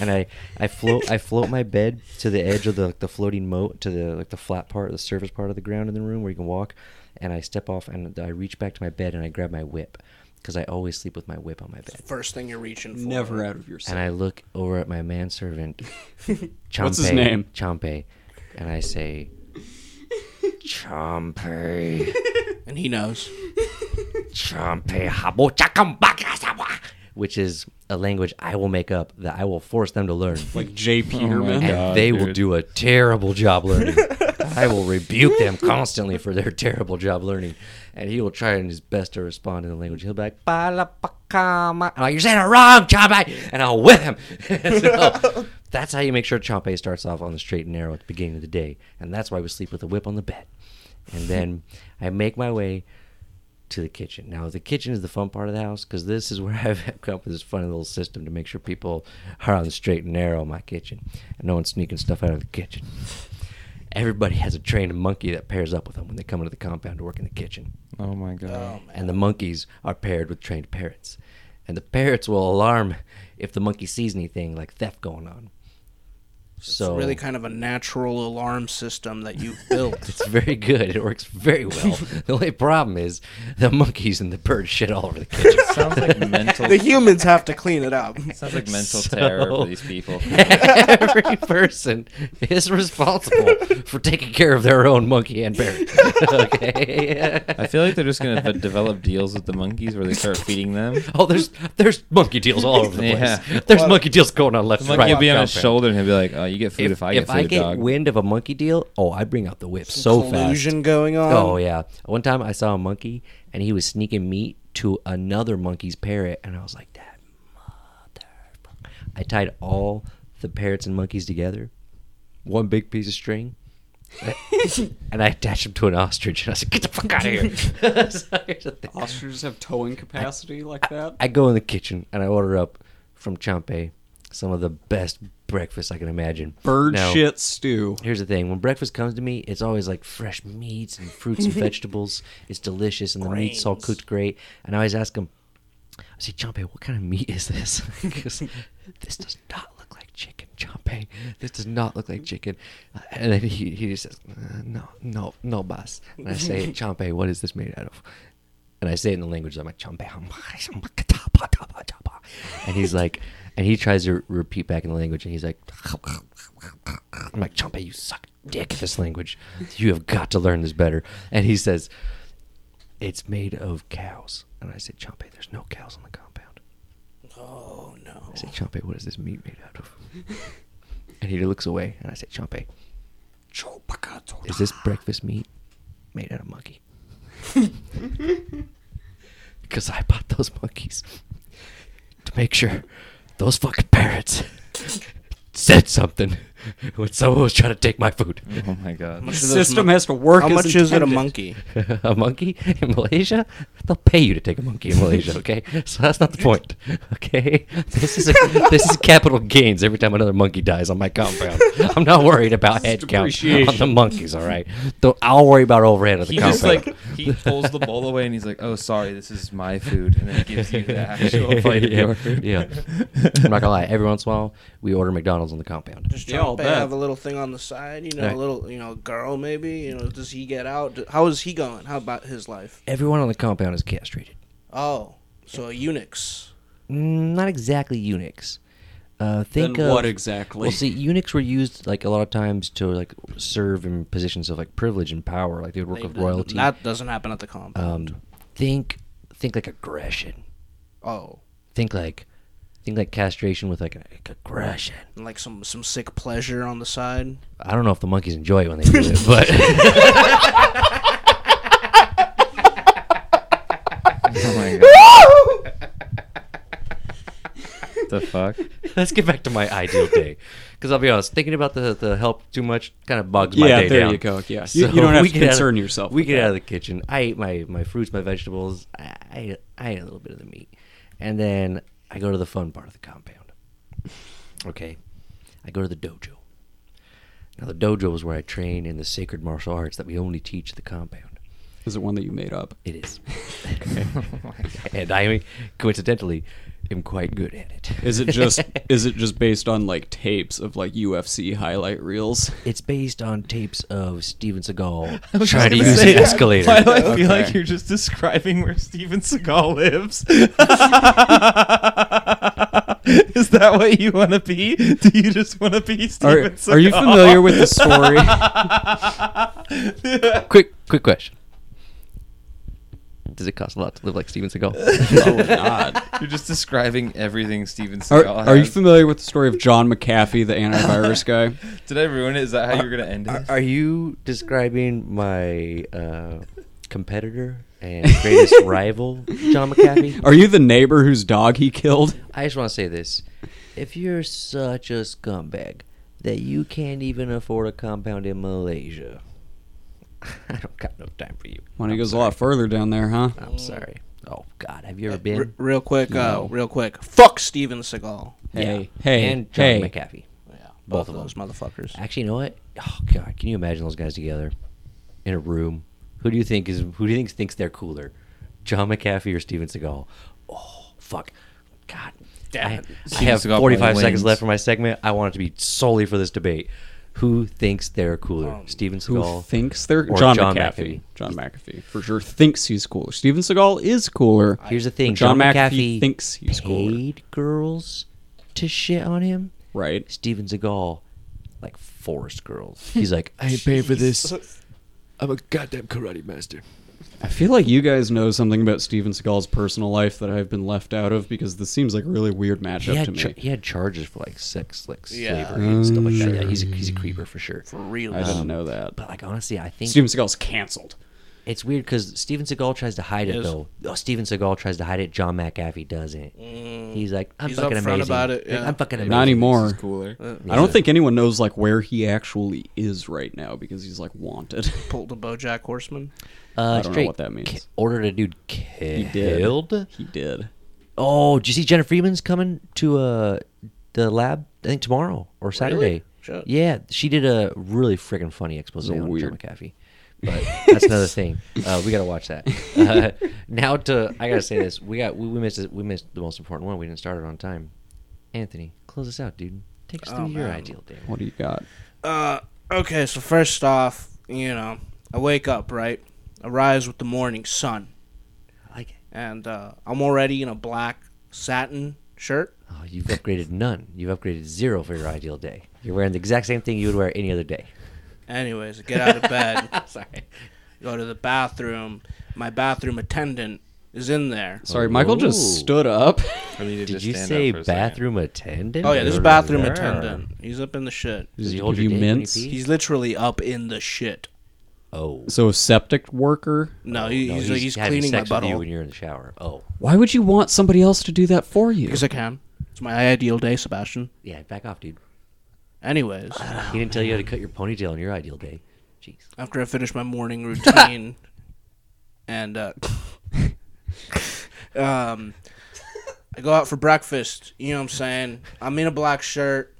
A: And I I float I float my bed to the edge of the like, the floating moat to the like the flat part, the surface part of the ground in the room where you can walk and I step off and I reach back to my bed and I grab my whip because I always sleep with my whip on my bed.
B: First thing you're reaching for.
D: Never out of your
A: And
D: sight.
A: I look over at my manservant, Chompe,
D: What's his name?
A: Chompe, and I say, Chompe,
B: And he knows.
A: Chompe, habo chakambakasawa, which is a language I will make up that I will force them to learn.
D: like
A: Oh
D: Jay Peterman.
A: and
C: Oh God,
A: they will
C: dude.
A: do a terrible job learning. I will rebuke them constantly for their terrible job learning, and he will try and his best to respond in the language. He'll be like, "Balapakama," and I'm like, "You're saying it wrong, Chompe," and I'll whip him. So that's how you make sure Chompe starts off on the straight and narrow at the beginning of the day, and that's why we sleep with a whip on the bed. And then I make my way to the kitchen. Now, the kitchen is the fun part of the house because this is where I've come up with this funny little system to make sure people are on the straight and narrow in my kitchen and no one's sneaking stuff out of the kitchen. Everybody has a trained monkey that pairs up with them when they come into the compound to work in the kitchen.
C: Oh my god.
A: And the monkeys are paired with trained parrots. And the parrots will alarm if the monkey sees anything like theft going on. So
B: It's really kind of a natural alarm system that you built.
A: It's very good. It works very well. the only problem is the monkeys and the birds shit all over the kitchen.
C: Sounds like
B: Oh.
C: mental.
B: the humans have to clean it up.
C: sounds like mental terror
A: So-
C: for these people.
A: Every person is responsible for taking care of their own monkey and parrot. okay.
C: I feel like they're just gonna v- develop deals with the monkeys where they start feeding them.
A: Oh, there's there's monkey deals all over the place.
C: Yeah.
A: There's monkey deals going on left
C: The
A: and
C: monkey
A: right.
C: will be on his
A: Compound.
C: shoulder and he'll be like, "Oh, you get food if,
A: If,
C: I get
A: if
C: food,
A: I get
C: dog."
A: wind of a monkey deal, oh, I bring out the whip so fast.
B: Collusion going
D: Um,
B: on.
A: Oh yeah. One time I saw a monkey and he was sneaking meat to another monkey's parrot, and I was like, "That motherfucker!" I tied all the parrots and monkeys together, one big piece of string, and I attached them to an ostrich. And I said, "Get the fuck out of here!" So here's the thing.
D: Ostriches have towing capacity like that.
A: I go in the kitchen and I order up from Champe some of the best breakfast I can imagine.
D: Bird
A: Now-
D: shit stew.
A: Here's the thing: when breakfast comes to me, it's always like fresh meats and fruits and vegetables. It's delicious, and the meat's all cooked great. And I always ask him, "I say, Chompe, what kind of meat is this? 'Cause this does not look like chicken, Chompe. This does not look like chicken." Uh, And then he, he just says, "Uh, "No, no, no, boss." And I say, "Chompe, what is this made out of?" And I say it in the language I'm like Chompe, and he's like, and he tries to repeat back in the language, and he's like. I'm like, Chompe, you suck dick at this language. You have got to learn this better. And he says, It's made of cows. And I said, Chompe, there's no cows on the compound.
B: Oh, no.
A: I said, Chompe, what is this meat made out of? and he looks away, and I said, Chompe, is this breakfast meat made out of monkey? Because I bought those monkeys to make sure those fucking parrots said something when someone was trying to take my food.
C: oh my god.
D: The
B: Much of those
D: system
B: mon-
D: has to work.
B: How
D: as
B: much is it a
D: intended.
B: monkey?
A: a monkey in Malaysia, they'll pay you to take a monkey in Malaysia. Okay, so that's not the point. Okay, this is this is capital gains every time another monkey dies on my compound. I'm not worried about
D: This
A: head
D: is
A: count on the
D: depreciation.
A: monkeys. All right, Don't, I'll worry about overhead of the
C: He
A: compound.
C: just like he pulls the bowl away and he's like, "Oh, sorry, this is my food," and then gives you the actual plate of
A: yeah,
C: your food.
A: yeah. I'm not gonna lie. Every once in a while, we order McDonald's on the compound.
B: Does
D: Yeah, I'll
B: Trump
D: bet.
B: have a little thing on the side? You know,
A: Right.
B: a little, you know, girl maybe. You know, does he get out? Do- How is he going? How about his life?
A: Everyone on the compound is castrated.
B: Oh, so a Unix.
A: Mm, not exactly eunuchs. Uh, think
D: Then
A: of
D: what exactly?
A: Well, see, eunuchs were used like a lot of times to like serve in positions of like privilege and power. Like they would work with royalty.
B: That doesn't happen at the compound.
A: um, think, think like aggression.
B: oh,
A: Think like, think like castration with like, a- like aggression.
B: and like some some sick pleasure on the side.
A: I don't know if the monkeys enjoy it when they do it, but
C: Oh my god. the fuck?
A: let's get back to my ideal day. Because I'll be honest, thinking about the, the help too much kind of bugs my
D: Yeah,
A: day
D: there
A: down.
D: you go, yeah. You- you don't have to concern yourself
A: We
D: with
A: get
D: that.
A: out of the kitchen. I ate my, my fruits, my vegetables. I, I, I ate a little bit of the meat. And then I go to the fun part of the compound. Okay. I go to the dojo. Now, the dojo is where I train in the sacred martial arts that we only teach at the compound.
D: Is it one that you made up?
A: It is. and I, coincidentally, am quite good at it.
D: Is it just is it just based on like tapes of like UFC highlight reels?
A: It's based on tapes of Steven Seagal
E: was
A: trying to
E: just gonna
A: use
E: say
A: an
E: that.
A: escalator.
E: Why do I feel like
C: Okay.
E: you're just describing where Steven Seagal lives? Is that what you want to be? Do you just want to be
D: Are,
E: Steven Seagal?
D: are you familiar with the story?
A: Quick, quick question. Does it cost a lot to live like Steven Seagal?
D: oh God.
C: You're just describing everything Steven Seagal
D: Are, are you
C: has.
D: familiar with the story of John McAfee, the antivirus guy?
C: Did I ruin it? Is that how you were going to end
A: are,
C: it?
A: are you describing my uh, competitor and greatest rival, John McAfee?
D: Are you the neighbor whose dog he killed?
A: I just want to say this. If you're such a scumbag that you can't even afford a compound in Malaysia, I don't got no time for you.
D: When he goes a lot further down there, huh?
B: Mm.
A: I'm sorry. Oh, God. Have you ever
B: R-
A: been?
B: real quick, uh,
D: No.
B: real quick. Fuck Steven Seagal.
D: Hey, hey,
A: And John
D: hey.
A: McAfee.
B: Yeah,
A: Both
B: both,
A: of
B: of
A: them.
B: those motherfuckers.
A: Actually, you know what? Oh, God. Can you imagine those guys together in a room? Who do you think is who do you think thinks they're cooler, John McAfee or Steven Seagal? Oh fuck, God!
B: Damn
A: I,
B: it.
A: I have
C: Seagal probably
A: 45 seconds
C: wins.
A: left for my segment. I want it to be solely for this debate. Who thinks they're cooler,
B: Um,
A: Steven
D: Who
A: Seagal?
D: thinks they're
A: or
D: John,
A: John
D: McAfee.
A: McAfee.
D: John McAfee for sure thinks he's cooler. Steven Seagal is cooler.
A: Here's the thing:
D: but John, McAfee,
A: McAfee
D: thinks he's cooler.
A: paid girls to shit on him.
D: Right.
A: Steven Seagal, like forced girls. He's like, I ain't paying for this. I'm a goddamn karate master.
D: I feel like you guys know something about Steven Seagal's personal life that I've been left out of because this seems like a really weird matchup
A: He had,
D: to me. Oh,
A: char- he had charges for like sex, like
B: Yeah.
A: slavery and stuff like that. Yeah, he's a, he's a creeper for sure.
B: For real.
D: I didn't know that.
A: um, But like honestly, I think
D: Steven Seagal's canceled.
A: it's weird because Steven Seagal tries to hide it though. Oh, Steven Seagal tries to hide it. John McAfee doesn't. He's like, I'm
B: Mm. He's
A: fucking
B: upfront
A: amazing.
B: about it,
A: Like,
B: yeah.
A: I'm fucking amazing.
D: Not anymore.
C: This is cooler.
D: I don't think anyone knows like where he actually is right now because he's like wanted.
B: Pulled a BoJack Horseman.
A: Uh,
D: I don't know
A: straight
D: what that means.
A: ki- ordered a dude killed.
D: did. he did.
A: Oh, did you see Jenna Freeman's coming to uh the lab? I think tomorrow or Saturday.
B: Shit.
A: Yeah, she did a really freaking funny expose on
D: weird.
A: John McAfee. But that's another thing. Uh, we gotta watch that. Uh, now to I gotta say this. We got we, we missed it- we missed the most important one. We didn't start it on time. Anthony, close us out, dude. Take us through
B: Oh,
A: your
B: man.
A: ideal day.
D: What do you got?
B: Uh, okay, so first off, you know, I wake up, right? I rise with the morning sun.
A: I like it.
B: And uh, I'm already in a black satin shirt.
A: Oh, you've upgraded none. You've upgraded zero for your ideal day. You're wearing the exact same thing you would wear any other day.
B: Anyways, I get out of bed,
A: Sorry.
B: go to the bathroom. My bathroom attendant is in there.
D: Sorry, Michael
A: Ooh.
D: just stood up.
C: I need to
A: Did
C: just
A: you
C: stand up
A: say
C: for a second.
A: bathroom attendant?
B: Oh yeah, this
A: Or-
B: is bathroom
A: Yeah.
B: attendant. He's up in the shit.
A: Does he
D: Did
A: hold
D: you
A: your dick when he
D: mince?
A: pees?
B: He's literally up in the shit.
A: oh.
D: So a septic worker.
B: No, he,
A: No,
B: he's, he's,
A: having
B: cleaning my
A: sex with you when
B: butthole
A: you're in the shower. Oh,
D: Why would you want somebody else to do that for you?
B: because I can. It's my ideal day, Sebastian.
A: yeah, back off, dude.
B: Anyways,
A: He didn't tell you how to cut your ponytail on your ideal day. Jeez.
B: after I finish my morning routine, and uh, um, I go out for breakfast. You know what I'm saying? I'm in a black shirt.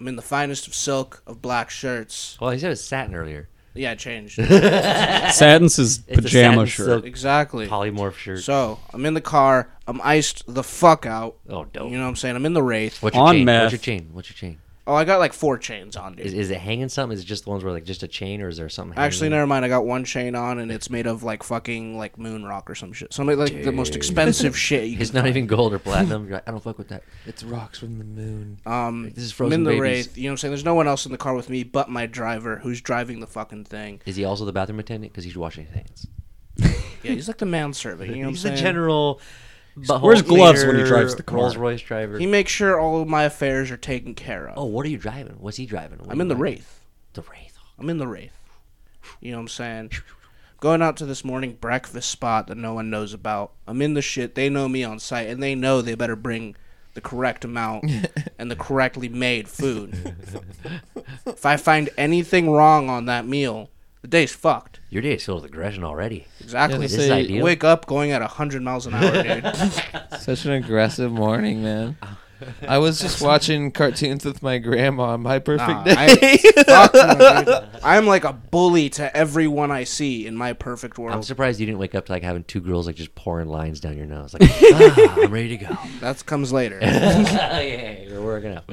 B: I'm in the finest of silk of black shirts.
A: Well, he said it's satin earlier.
B: Yeah, I changed
D: Satin's his
A: It's a
D: pajama
A: satin
D: shirt.
A: silk
B: exactly.
A: Polymorph shirt.
B: So I'm in the car. I'm iced the fuck out.
A: oh, dope.
B: You know what I'm saying? I'm in the wraith.
A: What's your
D: On
A: chain?
D: meth.
A: What's your chain? What's your chain?
B: Oh, I got like four chains on, dude.
A: Is, is it hanging something? Is it just the ones where like just a chain, or is there something?
B: Actually,
A: hanging?
B: never mind. I got one chain on, and it's made of like fucking like moon rock or some shit. Some like the most expensive shit. You
A: It's
B: can
A: not even gold or platinum. You're like, I don't fuck with that.
E: It's rocks from the moon.
B: um,
A: This is
B: I'm
A: frozen
B: in the
A: babies.
B: wraith. You know what I'm saying? There's no one else in the car with me but my driver, who's driving the fucking thing.
A: Is he also the bathroom attendant? Because he's washing his hands.
B: Yeah, he's like the manservant. You know what I'm
A: he's the
B: saying?
A: general. butthole
D: wears gloves when he
A: cleaner,
D: drives the car.
A: Rolls Royce driver.
B: He makes sure all of my affairs are taken care of.
A: oh, what are you driving? What's he driving? What
B: I'm
A: are
B: in
A: you
B: the
A: driving?
B: wraith.
A: The wraith.
B: I'm in the wraith. You know what I'm saying? Going out to this morning breakfast spot that no one knows about. I'm in the shit. They know me on site, and they know they better bring the correct amount and the correctly made food. if I find anything wrong on that meal, the day's fucked.
A: Your day is filled with aggression already.
B: Exactly.
A: This is
C: Say-
A: ideal.
B: Wake up going at 100 miles an hour, dude.
C: Such an aggressive morning, man. I was just watching cartoons with my grandma on my perfect
B: Nah,
C: day.
B: Ah, I, fuck no, dude. I'm like a bully to everyone I see in my perfect
A: I'm
B: world.
A: surprised you didn't wake up to like having two girls like just pouring lines down your nose. Like, ah, I'm ready to go.
B: that comes later.
A: yeah, you're working up.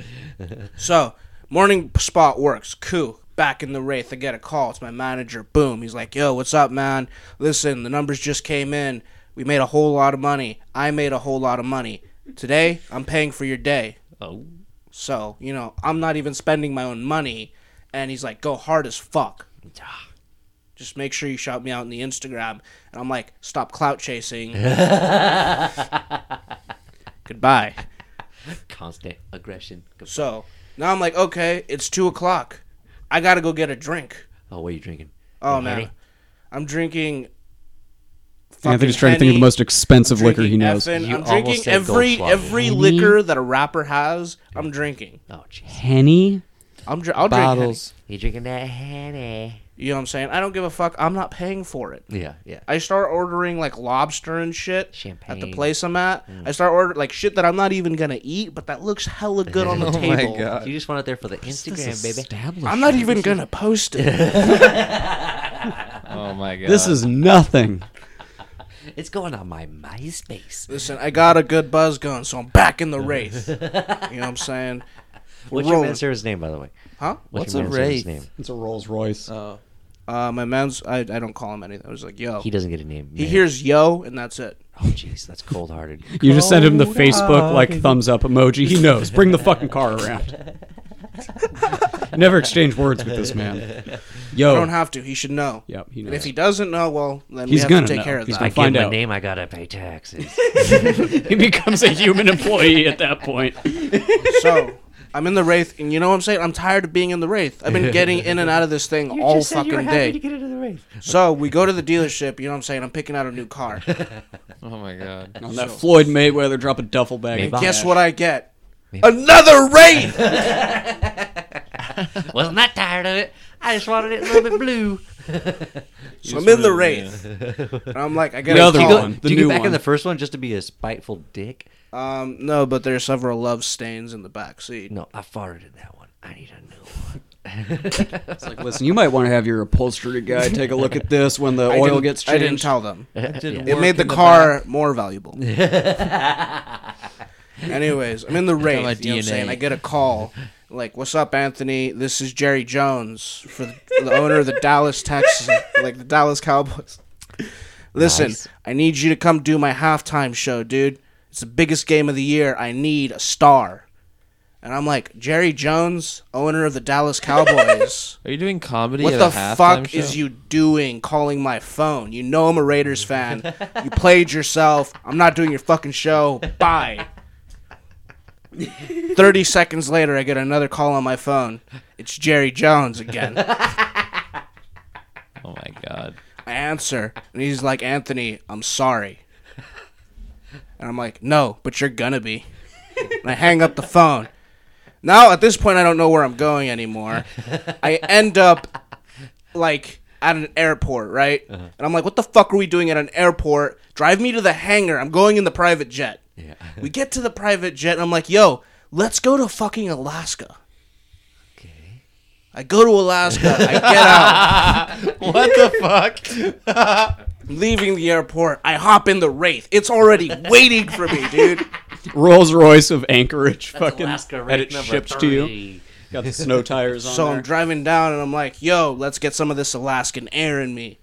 B: So, morning spot works. Cool. Back in the Wraith, I get a call. It's my manager. Boom. He's like, yo, what's up, man? Listen, the numbers just came in. We made a whole lot of money. I made a whole lot of money. Today, I'm paying for your day.
A: Oh,
B: So, you know, I'm not even spending my own money. And he's like, go hard as fuck.
A: Ah,
B: Just make sure you shout me out in the Instagram. And I'm like, stop clout chasing. Goodbye.
A: constant aggression.
B: So now I'm like, okay, it's two o'clock. I gotta go get a drink.
A: Oh, what are you drinking?
B: Oh
A: You
B: man,
A: ready?
B: I'm drinking. fucking
D: Anthony's trying to think of the
B: Henny.
D: most expensive
B: I'm
D: liquor he
B: drinking
D: knows.
B: effing-
A: You
B: I'm
A: almost
B: drinking
A: said
B: every
A: Goldschlager.
B: every liquor that a rapper has. I'm drinking.
A: Oh, jeez.
D: Henny?
B: I'm dr- I'll drink. Henny.
C: Bottles.
A: You drinking that honey?
B: You know what I'm saying? I don't give a fuck. I'm not paying for it.
A: Yeah, yeah.
B: I start ordering like lobster and shit at the
A: Champagne. Mm.
B: place I'm at. I start ordering like shit that I'm not even gonna eat, but that looks hella good on the
C: Oh my
B: table.
C: god.
A: you just want it there for the Instagram, baby.
B: I'm not even gonna post it.
C: Oh my god.
D: This is nothing.
A: It's going on my MySpace.
B: Listen, I got a good buzz going, so I'm back in the wraith. you know what I'm saying?
A: What's your
B: rolling.
A: manservant's name, by the way?
B: Huh?
C: What's a
A: your manservant's
C: wraith?
D: It's a Rolls Royce.
C: Oh.
B: Uh, my man's. I, I don't call him anything. I was like, yo.
A: He doesn't get a name.
B: He
A: man.
B: hears yo, and that's it.
A: Oh, jeez, that's cold-hearted.
D: You just send him the Facebook like thumbs up emoji. He knows. Bring the fucking car around. Never exchange words with this man.
B: I
D: Yo.
B: don't have to. He should know.
D: yep, he
B: And if
D: knows.
B: he doesn't know, well, then
D: He's
B: we have
D: gonna
B: to take
D: know.
B: care of
D: He's
B: that.
A: I
D: gonna-
A: give
D: Find
A: my
D: out.
A: name. I gotta pay taxes.
D: he becomes a human employee at that point.
B: so I'm in the wraith, and you know what I'm saying? I'm tired of being in the wraith. I've been getting in and out of this thing all fucking day.
A: get into the race.
B: so we go to the dealership. You know what I'm saying? I'm picking out a new car.
C: Oh my god.
D: On that Floyd Mayweather drop a duffel bag.
A: Maybe.
D: of
B: Guess
D: cash.
B: what I get? Another wraith.
A: Well, I'm not tired of it. I just wanted it a little bit blue.
B: so I'm in the wraith. and I'm like, I gotta
D: The other
A: Do
B: keep-
A: you go,
D: one, the
A: do you
D: new
A: get back
D: one.
A: in the first one just to be a spiteful dick?
B: Um, no, but there are several love stains in the back seat.
A: No, I farted in that one. I need a new one.
D: It's like, listen, you might want to have your upholstery guy take a look at this when the
B: I
D: oil
B: didn't-
D: gets
B: I didn't
D: changed.
B: tell them.
C: Did
B: It
C: work
B: made the
C: in
B: car
C: back.
B: more valuable. Anyways, I'm in the
C: my
B: wraith. You know what I'm
C: DNA.
B: saying? I get a call. Like, what's up, Anthony? This is Jerry Jones for the, for the owner of the Dallas Texas, like the Dallas Cowboys. Listen,
A: Nice.
B: I need you to come do my halftime show, dude. It's the biggest game of the year. I need a star. And I'm like, Jerry Jones, owner of the Dallas Cowboys.
C: Are you doing comedy?
B: What
C: at
B: the
C: a halftime
B: fuck is
C: show?
B: you doing calling my phone? You know I'm a Raiders fan. you played yourself. I'm not doing your fucking show. Bye. 30 seconds later, I get another call on my phone. It's Jerry Jones again. I
C: Oh my god.
B: answer, and he's like, Anthony, I'm sorry. And I'm like, no, but you're gonna be. And I hang up the phone. Now, at this point, I don't know where I'm going anymore. I end up like at an airport, right?
A: Uh-huh.
B: And I'm like, what the fuck are we doing at an airport? Drive me to the hangar. I'm going in the private jet.
A: Yeah.
B: we get to the private jet, and I'm like, yo, let's go to fucking Alaska.
A: Okay.
B: I go to Alaska. I get out.
C: What the fuck?
B: leaving the airport. I hop in the Wraith. It's already waiting for me, dude.
D: Rolls Royce of Anchorage, fucking
A: Alaska
D: and
A: race
D: it
A: number
D: ships to you.
A: three.
D: Got the snow tires on.
B: So
D: there.
B: I'm driving down and I'm like, yo, let's get some of this Alaskan air in me.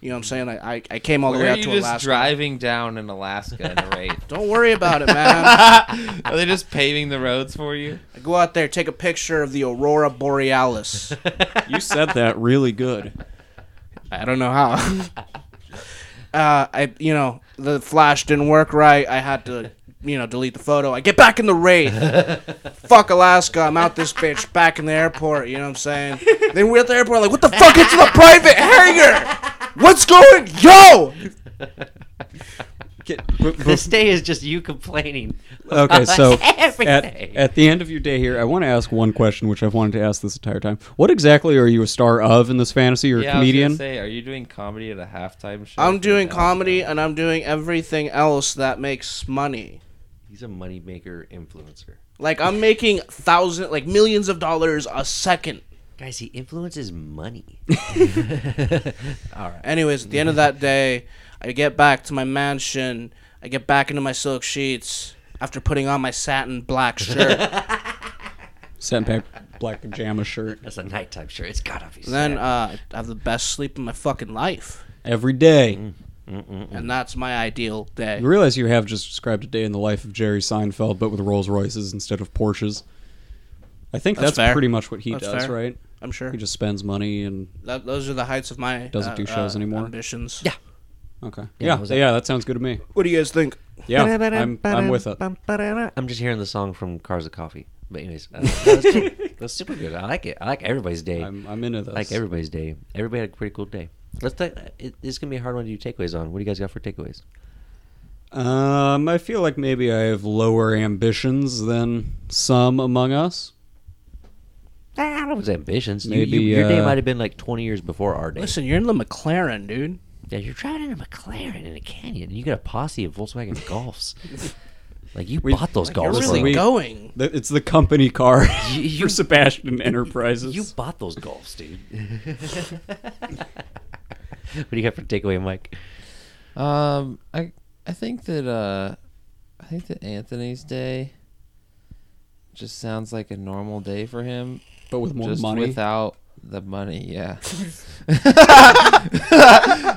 B: You know what I'm saying? I, I, I came all the
C: Where
B: way
C: are
B: out
C: you
B: to
C: just
B: Alaska.
C: driving down in Alaska in a raid?
B: Don't worry about it, man.
C: Are they just paving the roads for you?
B: I go out there, take a picture of the Aurora Borealis.
D: you said that really good.
B: I don't know how. uh, I you know the flash didn't work right. I had to you know delete the photo. I get back in the wraith. fuck Alaska. I'm out this bitch. Back in the airport. You know what I'm saying? then we're at the airport. Like what the fuck? It's the private hangar. What's going? Yo.
D: Get- b- b-
A: This day is just you complaining.
D: okay,
A: about
D: so at,
A: everything.
D: at the end of your day here, I want to ask one question, which I've wanted to ask this entire time. What exactly are you a star of in this fantasy? You're
C: yeah,
D: a comedian.
C: say, are you doing comedy at a halftime show?
B: I'm doing comedy and I'm doing everything else that makes money.
A: he's a moneymaker influencer.
B: Like I'm making thousand, like millions of dollars a second.
A: Guys, he influences money.
B: Anyways, at the end of that day, I get back to my mansion. I get back into my silk sheets after putting on my satin black shirt.
D: Sent back black pajama shirt
A: That's a nighttime shirt. It's gotta be.
B: then
A: sad.
B: uh, I have the best sleep in my fucking life,
D: every day.
B: and that's my ideal day.
D: You realize you have just described a day in the life of Jerry Seinfeld, but with Rolls Royces instead of Porsches. I think
B: That's
D: that's,
B: fair.
D: pretty much what he
B: That's
D: does,
B: fair.
D: right?
B: I'm sure.
D: He just spends money and
B: That, those are the heights of my
D: Doesn't
B: uh,
D: do shows
B: uh,
D: anymore.
B: ambitions.
A: Yeah.
D: okay,
A: Yeah,
D: yeah,
A: what was
D: yeah,
A: that?
D: that sounds good to me.
B: What do you guys think?
D: Yeah, I'm, I'm with it.
A: I'm just hearing the song from Cars of Coffee. But anyways, uh, that was cool. that's super good. I like it. I like everybody's day.
D: I'm, I'm into this.
A: I like everybody's day. Everybody had a pretty cool day. Let's. Th- it, it's gonna be a hard one to do takeaways on. What do you guys got for takeaways?
D: Um, I feel like maybe I have lower ambitions than some among us.
A: Ah, I don't know if it's ambitions. You-
D: Maybe,
A: you, your day
D: uh,
A: might have been like 20 years before our day.
B: Listen, you're in the McLaren, dude.
A: Yeah, you're driving in a McLaren in a canyon, and you got a posse of Volkswagen Golfs. like you
D: We-
A: bought those
B: You're
A: Golfs.
B: really
A: like,
D: we-
B: going.
D: Th- It's the company car
A: You- you-
D: for Sebastian
A: you
D: Enterprises.
A: bought those Golfs, dude. what do you got for takeaway, Mike?
C: Um, I I think that uh, I think that Anthony's day just sounds like a normal day for him,
D: but with more
C: just
D: money.
C: without the money. Yeah.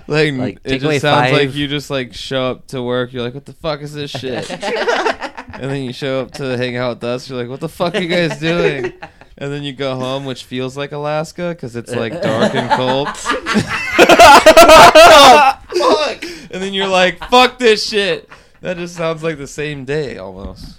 C: like,
A: Like,
C: it
A: take away
C: just sounds like
A: five.
C: you just like show up to work. You're like, what the fuck is this shit? and then you show up to hang out with us. You're like, what the fuck are you guys doing? And then you go home, which feels like Alaska because it's like dark and cold. fuck. And then you're like, fuck this shit. That just sounds like the same day almost.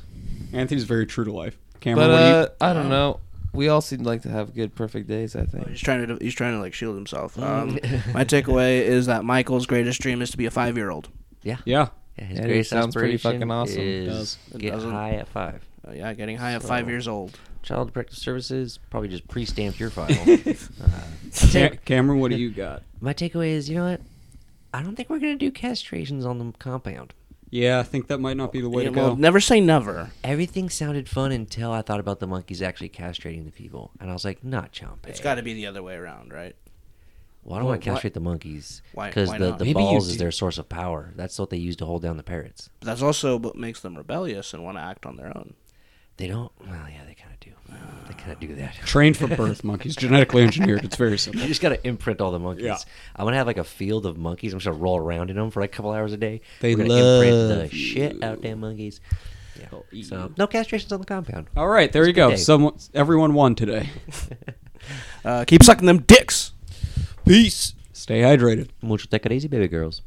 D: Anthony's very true to life. Cameron,
C: But
D: what do you-
C: uh, I don't know. We all seem like to have good, perfect days. I think.
B: He's trying to he's trying to like shield
D: Mm.
B: himself. Um, my takeaway is that Michael's greatest dream is to be a five year old.
A: Yeah.
D: yeah,
A: Yeah, his
C: Yeah, dude,
A: greatest
C: sounds pretty
A: aspiration
C: fucking awesome.
A: Is
D: Does.
B: It
A: get
B: doesn't-
A: high at five.
B: Uh, yeah, getting high at five
A: So-
B: years old.
A: Child Protective Services probably just pre-stamped your file. uh,
D: Ca- Cameron, what do you got?
A: my takeaway is, you know what? I don't think we're gonna do castrations on the compound.
D: Yeah, I think that might not be the way
B: Yeah,
D: to
B: well,
D: go.
B: never say never.
A: Everything sounded fun until I thought about the monkeys actually castrating the people, and I was like, not Chompe.
B: It's got to be the other way around, right?
A: Why don't
B: Well,
A: I castrate the monkeys?
B: Why-
A: Because
B: why
A: the,
B: not?
A: the
D: Maybe you
A: balls is
D: do-
A: their source of power. That's what they use to hold down the parrots.
B: But that's also what makes them rebellious and want to act on their own.
A: They don't. Well, yeah, they kind of do. They kind of do that.
D: Trained for birth monkeys, genetically engineered. It's very
A: You
D: simple.
A: just gotta imprint all the monkeys.
D: Yeah.
A: I'm gonna have like a field of monkeys. I'm just gonna roll around in them for like a couple hours a day.
D: They
A: We're gonna
D: love
A: imprint the shit out of them monkeys. Yeah. So no castrations on the compound.
D: All right, there you
A: good
D: go.
A: day.
D: Someone, everyone won today.
B: Uh, keep sucking them dicks.
D: Peace. Stay hydrated.
A: Mucho take it easy, baby girls.